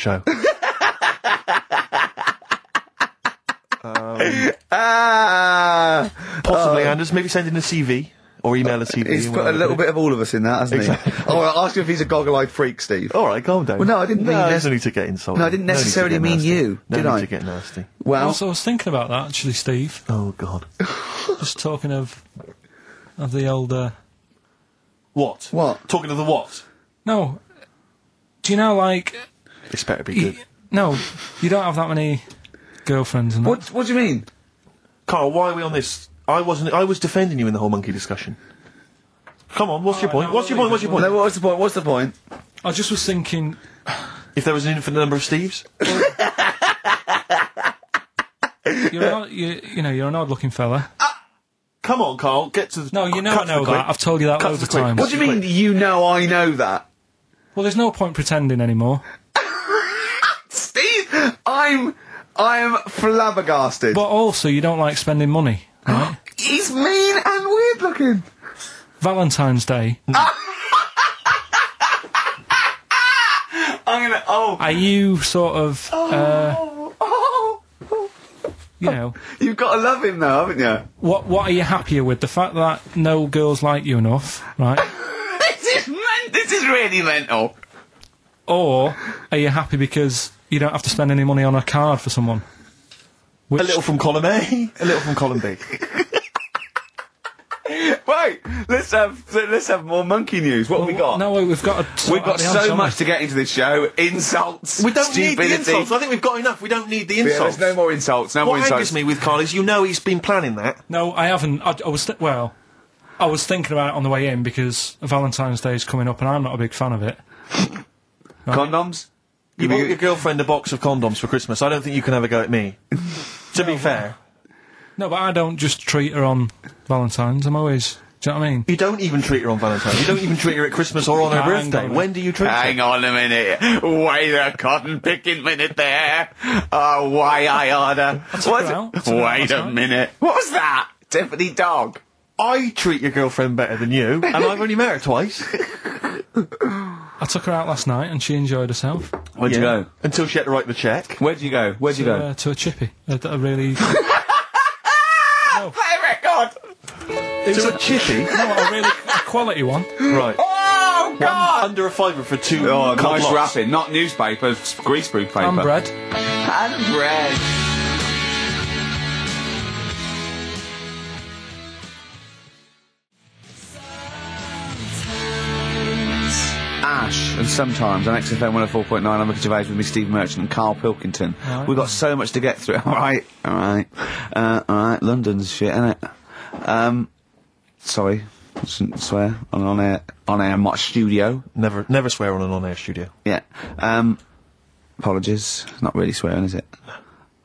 show? Ah! Possibly, Anders. Maybe send in a CV or email a CV. He's and put a we'll- little bit of all of us in that, hasn't Exactly. he? Oh, well, ask him if he's a goggle-eyed freak, Steve. All right, calm down. Well, no, I didn't no, mean there's nec- no need to get insulted. No, I didn't need to necessarily get mean nasty. you, No did need I? to get nasty. Well, Also, I was thinking about that actually, Steve. Oh God. Just talking of of the old. Uh, What? What? Talking of the what? no, do you know like? It's better be y- good. no, you don't have that many girlfriends and that. what, what do you mean? Carl, why are we on this? I wasn't. I was defending you in the whole monkey discussion. Come on, what's your point? What's your point? What's your point? No, what's the point? What's the point? I just was thinking. If there was an infinite number of Steves, You're an odd, you, you know, you're an odd-looking fella. come on, Carl, get to the. No, you know cut I to know the quick. that. I've told you that Cut to loads the of quick. times. What do you mean, you know I know that? Well, there's no point pretending anymore. Steve, I'm, I'm flabbergasted. But also, you don't like spending money. Right? He's mean and weird looking. Valentine's Day. I'm gonna. Oh, Ah. Are you sort of, uh, oh, oh. Oh. you know, You've got to love him though, haven't you? what what are you happier with? The fact that no girls like you enough, right? this is men- This is really mental. Or are you happy because you don't have to spend any money on a card for someone? Which, A little from column A, a little from column B. Wait, let's have let's have more monkey news. What have we got? No, we've got. To sort We've got out the so answer. much to get into this show. Insults. We don't need stupidity. the insults. I think we've got enough. We don't need the Yeah, insults. there's no more insults. No more what insults. angers me with Carl is you know he's been planning that. No, I haven't. I, I was th- well. I was thinking about it on the way in because Valentine's Day is coming up, and I'm not a big fan of it. Condoms. You Give bought you- your girlfriend a box of condoms for Christmas. I don't think you can have a go at me. to be fair, No, but I don't just treat her on Valentine's. I'm always. Do you know what I mean? you don't even treat her on Valentine's. You don't even treat her at Christmas or on her Hang on a birthday. minute. When do you treat her? Hang on a minute. Wait a cotton picking minute there. Oh, why I order. took her What- out. I took her out Wait last a night. minute. What was that? Tiffany Dog. I treat your girlfriend better than you, and I've only met her twice. I took her out last night, and she enjoyed herself. Where'd Yeah. Until she had to write the check. Where'd you go? Where'd you to, uh, to a chippy. A, a really. Play a record. To a chippy. no, a really a quality one. right. Oh, God. Under a fiver for two. Oh, cup nice lots. wrapping. Not newspaper, s- grease proof paper. And bread. And bread. Ash and sometimes on XFM 104.9, I'm Ricky Gervais with me, Steve Merchant and Carl Pilkington. Alright. We've got so much to get through. all right, all right, uh, all right. London's shit, innit? Um, sorry, shouldn't swear on on air on air my studio. Never, never swear on an on-air studio. Yeah. Um, apologies. Not really swearing, is it?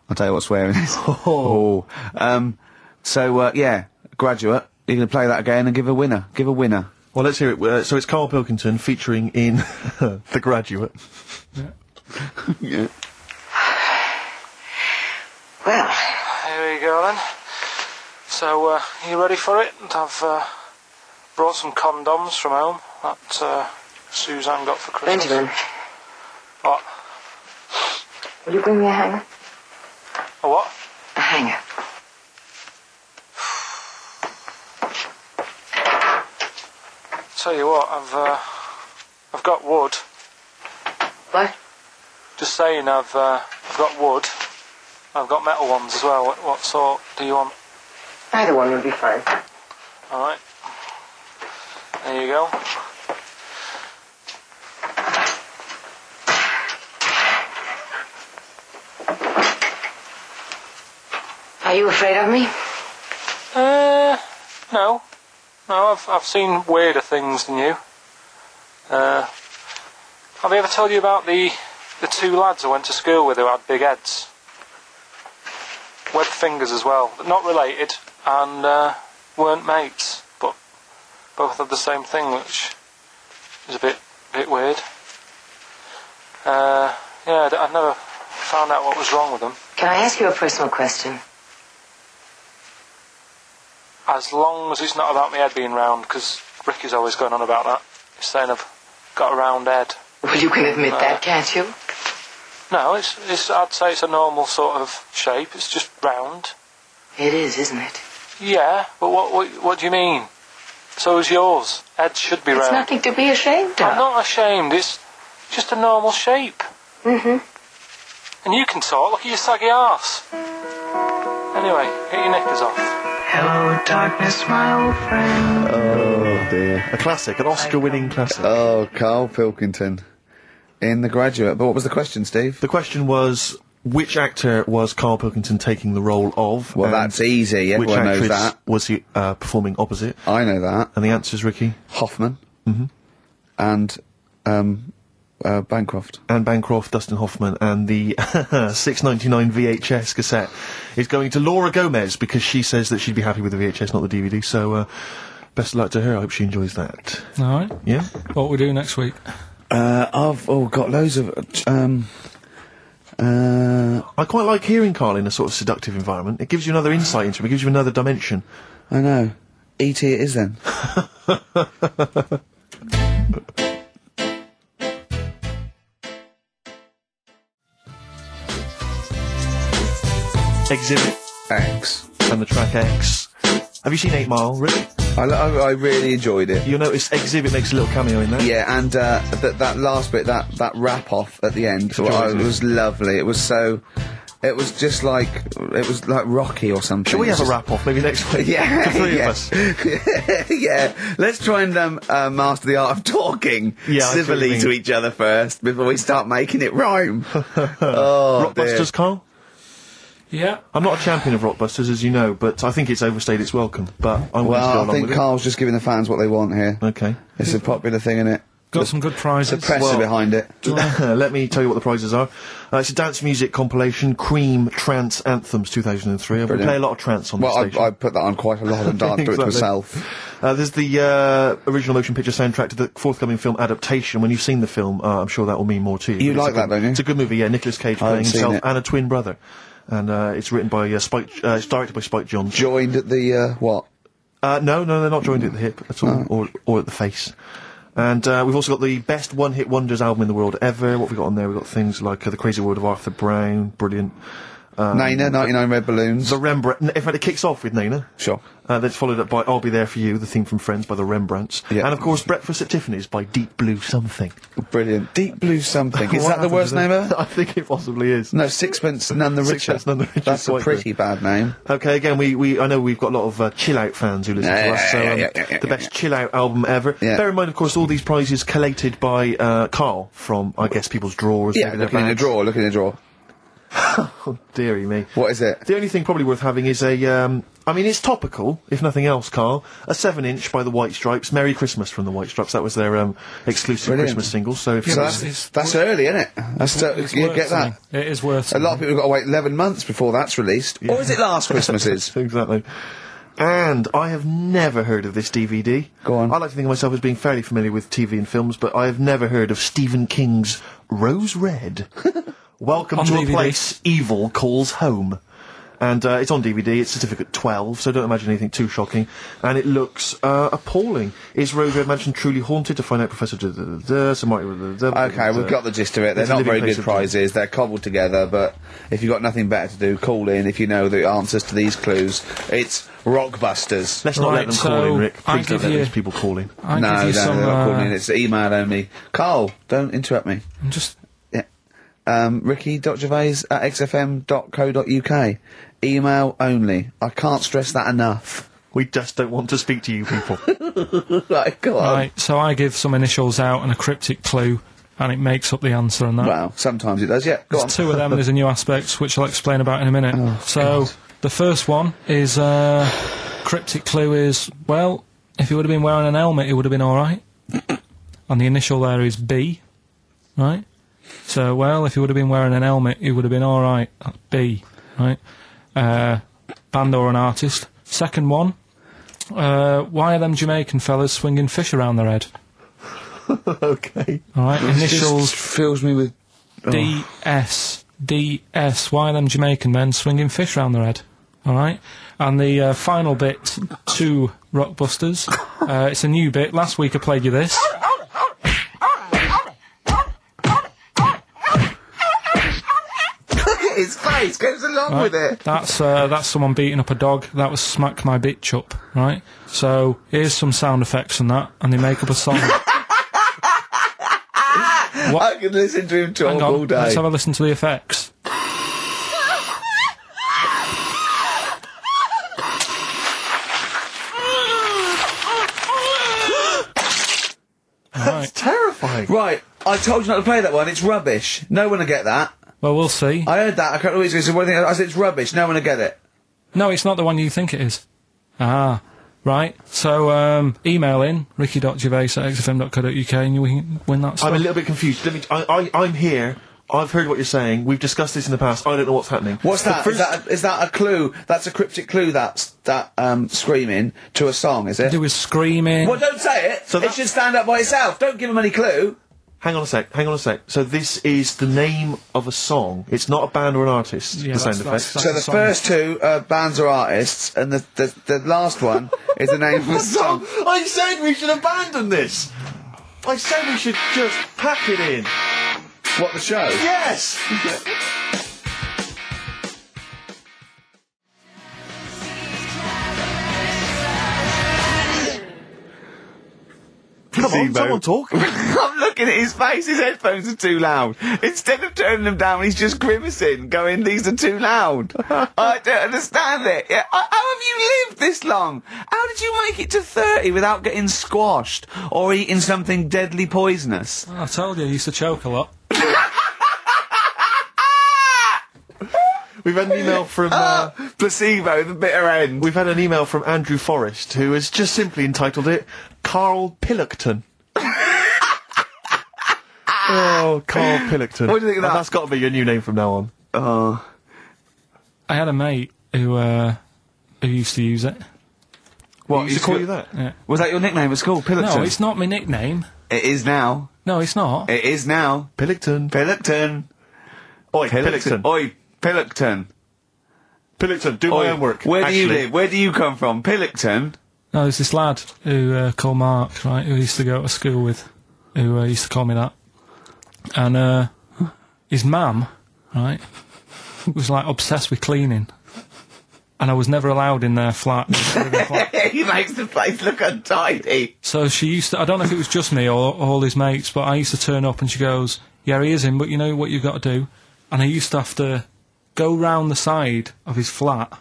I'll tell you what swearing is. Oh. Um, so, uh, yeah, graduate. You're going to play that again and give a winner. Give a winner. Well, let's hear it. Uh, so it's Carl Pilkington featuring in The Graduate. Yeah. Well, Here we go then. So, uh, you ready for it? And I've uh, brought some condoms from home that uh, Suzanne got for Christmas. Benjamin, What? Uh. will you bring me a hanger? A what? A hanger. tell you what, I've uh, I've got wood. What? Just saying, I've uh, I've got wood. I've got metal ones as well. What, what sort do you want? Either one would be fine. All right. There you go. Are you afraid of me? Uh, no, no. I've I've seen weirder things than you. Uh, have I ever told you about the the two lads I went to school with who had big heads, webbed fingers as well, but not related and uh, weren't mates, but both had the same thing, which is a bit bit weird. Uh, yeah, I would never found out what was wrong with them. Can I ask you a personal question? As long as it's not about my head being round, because Ricky's always going on about that. He's saying I've got a round head. Well, you can admit Uh, that, can't you? No, it's, it's, I'd say it's a normal sort of shape. It's just round. It is, isn't it? Yeah, but what, what, what do you mean? So is yours. Head should be It's round. nothing to be ashamed I'm of. not ashamed. It's just a normal shape. Mm-hmm. And you can talk. Look at your saggy arse. Anyway, get your knickers off. Hello, darkness, my old friend. Oh dear. A classic, an Oscar-winning classic. Oh, Carl Pilkington in The Graduate. But what was the question, Steve? The question was, which actor was Carl Pilkington taking the role of? Well, and that's easy. Which Everyone knows actress that. was he uh, performing opposite? I know that. And the answer is Ricky Hoffman and um, uh, Bancroft. Anne Bancroft, Dustin Hoffman, and the 6.99 VHS cassette is going to Laura Gomez because she says that she'd be happy with the VHS, not the DVD. So, uh, best of luck to her. I hope she enjoys that. All right. Yeah. What we do next week? Uh, I've oh got loads of um, uh, I quite like hearing Carl in a sort of seductive environment. It gives you another insight into him. It gives you another dimension. I know. ET E it is then. Exhibit X. and the track X. Have you seen Eight Mile? Really? I, lo- I, I really enjoyed it. You'll notice Exhibit makes a little cameo in there. Yeah, and uh, that that last bit, that that wrap off at the end, joy, I- it isn't it? was lovely. It was so, it was just like it was like Rocky or something. Shall we It's have a just- wrap off maybe next week? Yeah, the three yeah. of us. yeah, let's try and um, uh, master the art of talking Yeah, I see what you civilly mean. to each other first before we start making it rhyme. oh, dear. Rockbusters, Carl. Yeah. I'm not a champion of Rockbusters, as you know, but I think it's overstayed its welcome. But I'm willing to go Well, I along think with Carl's just giving the fans what they want here. it. Okay. It's a popular thing, isn't it? Got some good The prizes. press Well- are behind it. Let me tell you what the prizes are. Uh, it's a dance music compilation, Cream Trance Anthems 2003. And we Brilliant. play a lot of trance on Well, the I, station. I put that on quite a lot and danced to it Exactly. myself. Uh, there's the uh, original motion picture soundtrack to the forthcoming film adaptation. When you've seen the film, uh, I'm sure that will mean more to you. You It's a like that, good- don't you? It's a good movie. Yeah, Nicolas Cage I haven't playing himself seen it. and a twin brother, and uh, it's written by uh, Spike. Uh, it's directed by Spike Jonze. Joined at the uh, what? Uh, no, no, they're not joined at the hip at all, or, or at the face. And uh, we've also got the best one-hit wonders album in the world ever. What have we got on there? We've got things like uh, The Crazy World of Arthur Brown, brilliant. Um, Nina, 99 Red Balloons. The Rembrandt, in fact, it kicks off with Nina. Sure. Uh, that's followed up by I'll Be There For You, the theme from Friends by the Rembrandts. Yeah. And of course, Breakfast at Tiffany's by Deep Blue Something. Brilliant. Deep Blue Something. Is What that the happened worst to name that? ever? I think it possibly is. No, Sixpence None the Richer. Sixpence None the Richer, That's a quite pretty bad name. Okay, again, we, we I know we've got a lot of uh, chill out fans who listen Yeah, to yeah, us, so yeah, um, yeah, yeah, yeah, the yeah, best chill out album ever. Yeah. Bear in mind, of course, all these prizes collated by uh, Carl from, I guess, people's drawers. Yeah, maybe their looking in a bags. drawer, looking in a drawer. Deary me. What is it? The only thing probably worth having is a. Um, I mean, it's topical, if nothing else, Carl. A seven-inch by the White Stripes. "Merry Christmas" from the White Stripes. That was their um, exclusive Brilliant. Christmas single. So if So you that's, it's- that's early, isn't it? That's so- It's you worth get that. something. It is worth A lot something. of people have got to wait 11 months before that's released. Or is it last Christmas's? exactly. And I have never heard of this DVD. Go on. I like to think of myself as being fairly familiar with TV and films, but I have never heard of Stephen King's Rose Red. Welcome On to a DVD. place evil calls home. and uh, it's on DVD. It's certificate 12, so don't imagine anything too shocking. And it looks uh, appalling. Is Rogue Red Mansion truly haunted? To find out, Professor. duh, duh, duh, duh, Sir Marty. Okay, uh, we've got the gist of it. They're not very good prizes. They're cobbled together, but if you've got nothing better to do, call in if you know the answers to these clues. It's Rockbusters. Let's not let them call in, Rick. Please don't let these people call in. I no, give you no, some, they're not uh, calling in. It's email only. Carl, don't interrupt me. I'm just Yeah. Um, Ricky.gervais at xfm.co.uk. Email only. I can't stress that enough. We just don't want to speak to you people. Like, go on. right. So I give some initials out and a cryptic clue, and it makes up the answer. And that Well, sometimes it does, yeah. Go on. Oh, there's two of them. There's a new aspect which I'll explain about in a minute. so the first one is uh, cryptic clue is well, if he would have been wearing an helmet, it would have been all right. and the initial there is B, right? So well, if he would have been wearing an helmet, it would have been all right. That's B, right? Uh, band or an artist. Second one. Uh, why are them Jamaican fellas swinging fish around their head? okay. All right, initials fills me with. DS. DS. Why them Jamaican men swinging fish round their head? All right. And the uh, final bit, two Rockbusters. Uh, it's a new bit. Last week I played you this. Look at his face, goes along Right? with it. That's uh, that's someone beating up a dog. That was smack my bitch up. Right. So here's some sound effects and that, and they make up a song. I can listen to him talk Hang all on. day. Let's have a listen to the effects. That's terrifying. Right, I told you not to play that one. It's rubbish. No one will get that. Well, we'll see. I heard that a couple of weeks ago. So one thing I I said it's rubbish. No one will get it. No, it's not the one you think it is. Ah, right. So, um, email in ricky.gervais at xfm.co.uk and you win, win that stuff. I'm a little bit confused. Let me. I, I, I'm here. I've heard what you're saying. We've discussed this in the past. I don't know what's happening. What's The that? Is first- that, a, is that a clue? That's a cryptic clue. That's that um, screaming to a song, is it? There was screaming. Well, don't say it. So it that- should stand up by itself. Don't give him any clue. Hang on a sec. Hang on a sec. So this is the name of a song. It's not a band or an artist. Yeah, the that's- sound that's- effect. that's- so a the song. first two uh, bands or artists, and the the, the last one is the name of a song. I said we should abandon this. I said we should just pack it in. What the show? Yes. Come on, someone talk. I'm looking at his face. His headphones are too loud. Instead of turning them down, he's just grimacing, going, "These are too loud." I don't understand it. Yeah, I- how have you lived this long? How did you make it to thirty without getting squashed or eating something deadly poisonous? I told you, I used to choke a lot. We've had an email from. Uh, Placebo, the bitter end. We've had an email from Andrew Forrest, who has just simply entitled it Carl Pillockton. oh, Carl Pillockton. What do you think of Now, that? That's got to be your new name from now on. Oh, I had a mate who, uh, who used to use it. What, used used to to call go- you that? was that your nickname at school, Pillockton? No, it's not my nickname. It is now. No, it's not. It is now. Pillockton. Pillockton. Oi, Pillockton. Pillockton. Oi, Pillockton. Pillockton, do my Oi, own work. Where do you actually. live? Where do you come from, Pillockton? No, there's this lad who uh, called Mark, right, who I used to go to school with, who uh, used to call me that. And uh, his mum, right, was like obsessed with cleaning. And I was never allowed in their flat. he makes the place look untidy. So she used to, I don't know if it was just me or, or all his mates, but I used to turn up and she goes, Yeah, he is in, but you know what you've got to do? And I used to have to go round the side of his flat,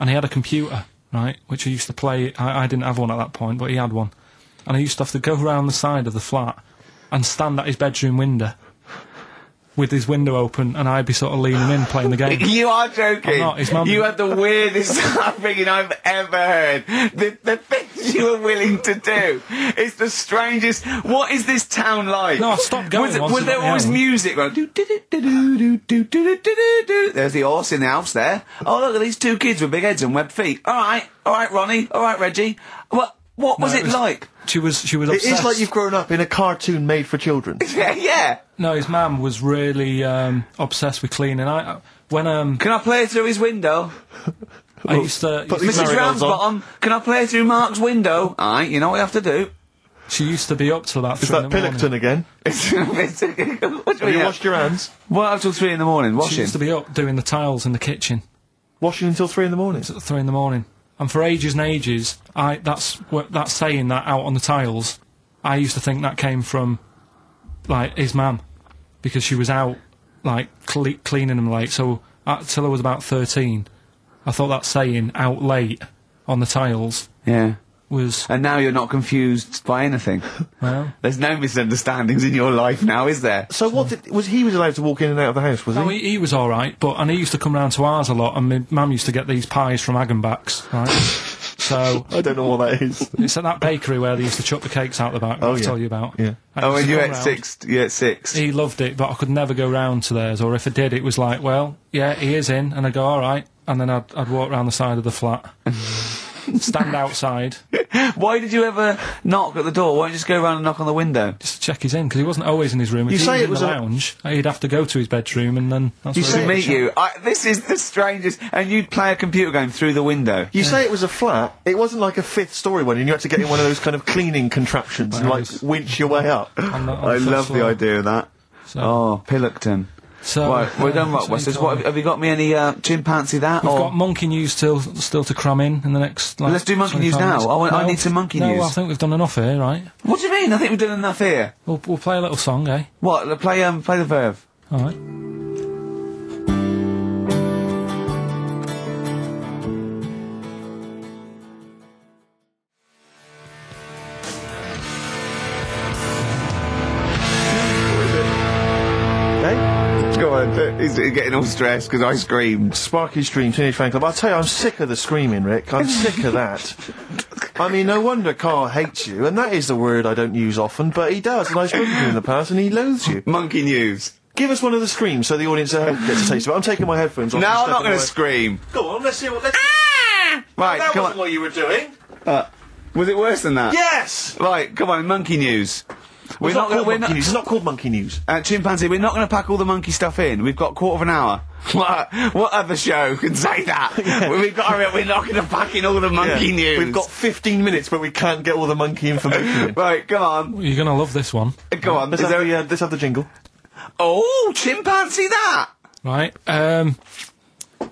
and he had a computer, right, which I used to play. I, I didn't have one at that point, but he had one. And I used to have to go round the side of the flat and stand at his bedroom window with his window open, and I'd be sort of leaning in playing the game. You are joking. I'm not, his mum- You had the weirdest upbringing I've ever heard. The, the things you were willing to do. It's the strangest. What is this town like? No, I stopped going Was, it- once was I there got my always own. music? Going, do, do, do, do, do, do, do, do, do, do. There's the horse in the house there. Oh, look at these two kids with big heads and webbed feet. All right, all right, Ronnie. All right, Reggie. What, what was No, it, it was- like? She was, she was It obsessed. is like you've grown up in a cartoon made for children. Yeah, yeah. No, his mum was really um, obsessed with cleaning. I, when um, Can I play through his window? I used to, put used to- Mrs. Marigolds on. Ramsbottom, Um, can I play through Mark's window? Aye, you know what you have to do. she used to be up till about Is three that in the morning. Pillockton again? what do Have you you mean? washed your hands? What up till three in the morning? She Washing. used to be up doing the tiles in the kitchen Washing until three in the morning. at three in the morning, and for ages and ages, I that's what that saying that out on the tiles. I used to think that came from like his mum because she was out like cle- cleaning them late. So uh, till I was about thirteen, I thought that saying out late on the tiles Yeah. was And now you're not confused by anything. well. There's no misunderstandings in your life now, is there? So what did, was he was allowed to walk in and out of the house? Was No, he? he, he was all right, but and he used to come round to ours a lot, and my mum used to get these pies from Agenbach's, right? so I don't know what that is. it's at that bakery where they used to chuck the cakes out the back. Oh, I'll yeah. tell you about. Yeah. And he Oh, when used to you come at round. six, you at six. He loved it, but I could never go round to theirs, or if I did, it was like, well, yeah, he is in, and I go all right, and then I'd I'd walk round the side of the flat, stand outside Why did you ever knock at the door? Why don't you just go round and knock on the window? just to check he's in because he wasn't always in his room. If You he say was it in was the a- lounge, he'd have to go to his bedroom, and then that's You where say To he- it- meet you. I, this is the strangest. And you'd play a computer game through the window. You say it was a flat. It wasn't like a fifth story one, and you had to get in one of those kind of cleaning contraptions and like Nice. winch your way up. on the- on the I first love the floor. idea of that. So- Oh, Pillockton. So, right, we're yeah, done, so Rock he Westers. told What, me. have, have you got me any uh, chimpanzee that? We've or got monkey news still still to cram in in the next. Like, Let's do monkey 25 news now. minutes. I want- I need some monkey no, news. I think we've done enough here, right? What do you mean? I think we've done enough here. We'll we'll play a little song, eh? What? l- Play um, play the verve. All right. Eh? Go on. He's getting all stressed because I screamed. Sparky's Dream Teenage Fan Club. I'll tell you, I'm sick of the screaming, Rick. I'm sick of that. I mean, no wonder Carl hates you, and that is the word I don't use often, but he does, and I've spoken to him in the past, and he loathes you. Monkey news. Give us one of the screams so the audience at home gets a taste of it. I'm taking my headphones off. No, and I'm not stepping going to away. scream. Go on, let's see what. Let's... Right, that come wasn't on. what you were doing. Was it worse than that? Yes. Right, come on, monkey news. We're It's not, not, called gonna, we're monkey news. not, It's not called monkey news. uh, chimpanzee, we're not going to pack all the monkey stuff in. We've got a quarter of an hour. What, what other show can say that? We've got, to hurry up, we're not going to pack in all the monkey Yeah. news. We've got 15 minutes, but we can't get all the monkey information. in. Right, come on, Well, You're gonna love this one, go on. Let's Is have, there- the, uh, let's have the jingle. oh, chimpanzee that! right? Um,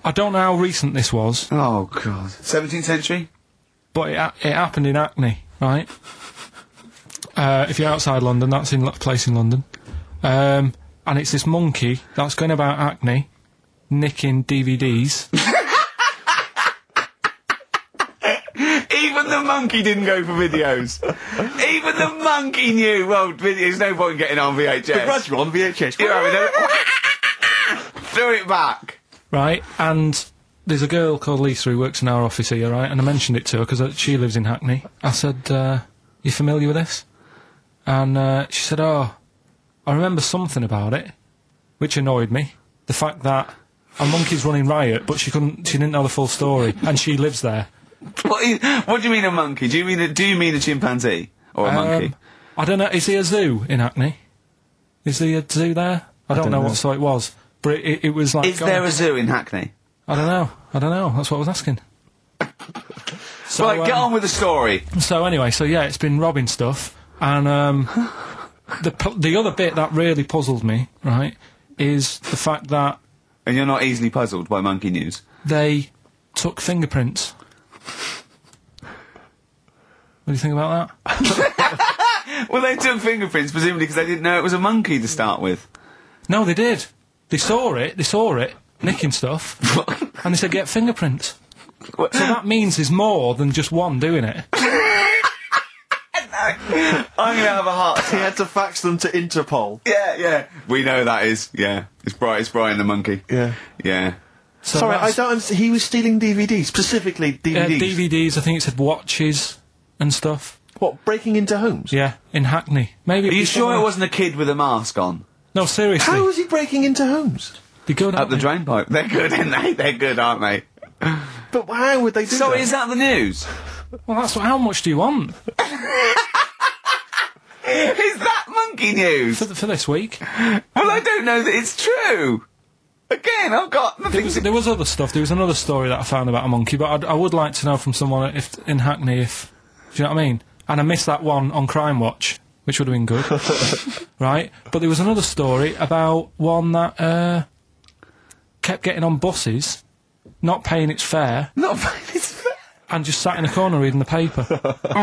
I don't know how recent this was, Oh god, 17th century. but it ha- it happened in Hackney, right? Uh, if you're outside London, that's in a place in London, um, and it's this monkey that's going about Hackney, nicking DVDs. Even the monkey didn't go for videos. Even the monkey knew. Well, vid- there's no point getting on VHS. Roger on VHS. You're having a- Throw it back. right? And there's a girl called Lisa who works in our office here, right? And I mentioned it to her because she lives in Hackney. I said, uh, "You familiar with this?" And uh, she said, "Oh, I remember something about it," which annoyed me. The fact that a monkey's running riot, but she couldn't, she didn't know the full story, and she lives there. What, is, what do you mean a monkey? Do you mean a do you mean a chimpanzee or a monkey? Um, I don't know. Is there a zoo in Hackney? Is there a zoo there? I don't, know, what sort it was, but it, it, it was like Is there I a zoo in Hackney? I don't know. I don't know. That's what I was asking. So, right, get um, on with the story. So anyway, so yeah, it's been robbing stuff, and um, the pu- the other bit that really puzzled me, right, is the fact that And you're not easily puzzled by monkey news. they took fingerprints. What do you think about that? Well, they took fingerprints presumably because they didn't know it was a monkey to start with. No, they did. They saw it. They saw it nicking stuff, and they said get fingerprints. So that means there's more than just one doing it. I'm gonna have a heart. He had to fax them to Interpol. yeah, yeah. We know that is. Yeah, it's bright. It's Brian the monkey. Yeah. Yeah. So Sorry, I that's- don't. understand- He was stealing DVDs, specifically uh, DVDs. DVDs. I think it said watches and stuff. What breaking into homes? Yeah, in Hackney. Maybe. Are you sure it wasn't a kid with a mask on? No, seriously. How was he breaking into homes? They go down Up the drain pipe. They're good, aren't they? They're good, aren't they? But how would they do So that? is that the news? Well, that's how much do you want is that monkey news? for, th- for this week? Well, I don't know that it's true. Again, I've got There nothing was, to there was other stuff. There was another story that I found about a monkey, but I'd, I would like to know from someone if in Hackney if do you know what I mean. And I missed that one on Crime Watch, which would have been good, right? But there was another story about one that uh, kept getting on buses, not paying its fare, not find its and just sat in a corner reading the paper.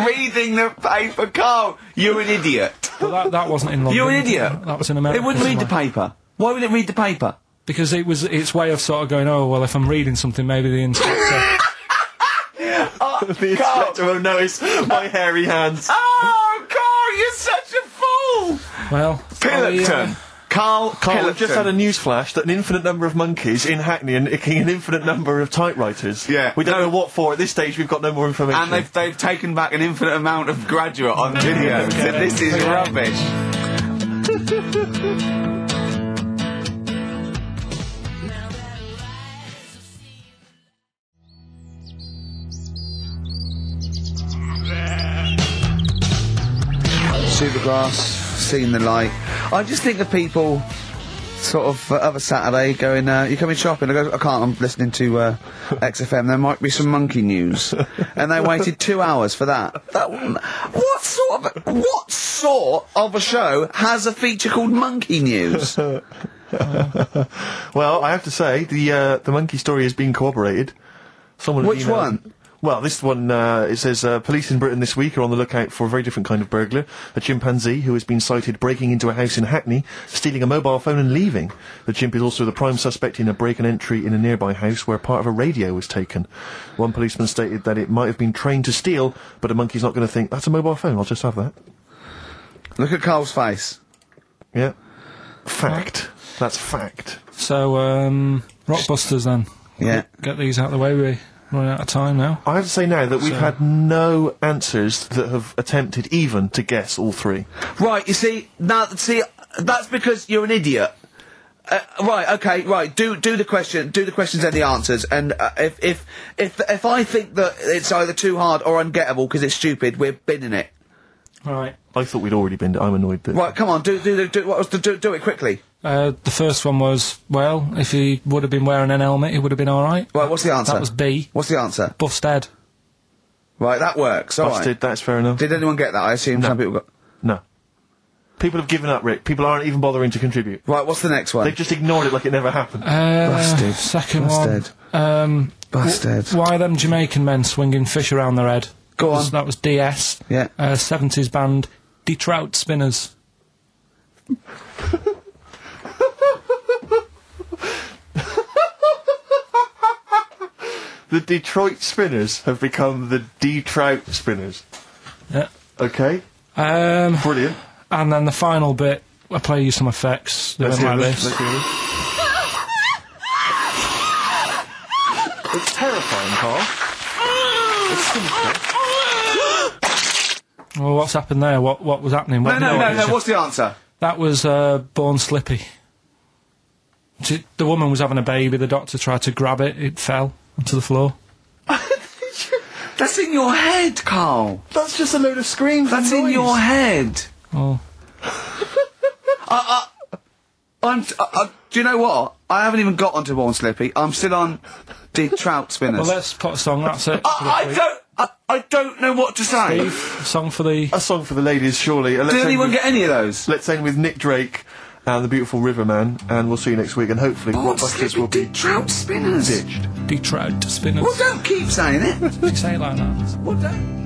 reading the paper, Carl. You're an idiot. But that, that wasn't in London. You're an idiot. That was in America. It wouldn't read the somewhere. paper. Why would it read the paper? because it was its way of sort of going, oh well, if I'm reading something, maybe the inspector. the inspector will notice my hairy hands. Oh, Carl, you're such a fool. well, probably, uh, Pillarton. Carl, Carl, we've just Pillarton. had a news flash that an infinite number of monkeys in Hackney and icking an infinite number of typewriters. Yeah. We don't know what for. At this stage, we've got no more information. And they've, they've taken back an infinite amount of graduate on video. and said, this is rubbish. Supergrass, seen the light. I just think of people, sort of, uh, other Saturday going, uh, you coming shopping? I go, I can't, I'm listening to uh, XFM, there might be some monkey news. and they waited two hours for that. that one- what sort of, what sort of a show has a feature called monkey news? Well, I have to say the uh, the monkey story is being corroborated. Someone Which emailed- one? Well, this one uh, it says uh, police in Britain this week are on the lookout for a very different kind of burglar, a chimpanzee who has been sighted breaking into a house in Hackney, stealing a mobile phone and leaving. The chimp is also the prime suspect in a break and entry in a nearby house where part of a radio was taken. One policeman stated that it might have been trained to steal, but a monkey's not going to think that's a mobile phone. I'll just have that. Look at Carl's face. Yeah, fact. That's fact. so um, Rockbusters then. Yeah. Get these out of the way. We're running out of time now. I have to say now that we've had no answers that have attempted even to guess all three. Right, you see, now, see, that's because you're an idiot. Uh, right, okay, right. Do do the question, do the questions and the answers. And uh, if if if if I think that it's either too hard or ungettable because it's stupid, we're binning it. All right. I thought we'd already been. I'm annoyed that. Right, come on, do do do do, what was the, do, do it quickly. Uh, the first one was well, if he would have been wearing an helmet, he would have been all right. Right, what's the answer? That was B. What's the answer? Busted. Right, that works. All right. Busted. That's fair enough. Did anyone get that? I assume some people got. no. People have given up, Rick. People aren't even bothering to contribute. Right, what's the next one? They've just ignored it like it never happened. Uh, Busted. Second Busted. one. Um, Busted. why them Jamaican men swinging fish around their head? Go That was- on. That was DS. Yeah. Uh, 70s band Detroit Spinners. the Detroit Spinners have become the Detroit Spinners. Yeah. Okay. Um, Brilliant. and then the final bit, I play you some effects. They went like Let's this. hear this. it's terrifying, Carl. Well, what's happened there? What what was happening? no, What- no, what no, was no. it? What's the answer? That was uh, Born Slippy. She- the woman was having a baby. The doctor tried to grab it. It fell onto the floor. That's in your head, Carl. That's just a load of screams. That's in your head. Oh, I'm. T- I, I, do you know what? I haven't even got onto Born Slippy. I'm still on Did Trout well, Spinners. let's put a song. That's it. for Oh, I, I this don't. I, I don't know what to say. week. Song for the A song for the ladies, surely. Uh, let's Did end anyone with- get any of those? Let's end with Nick Drake and the beautiful Riverman, and we'll see you next week. And hopefully, Born Rockbusters Slippy will be Did Trout Spinners. ditched. Detroit Spinners. Well, don't keep saying it. She say it like that. well, don't.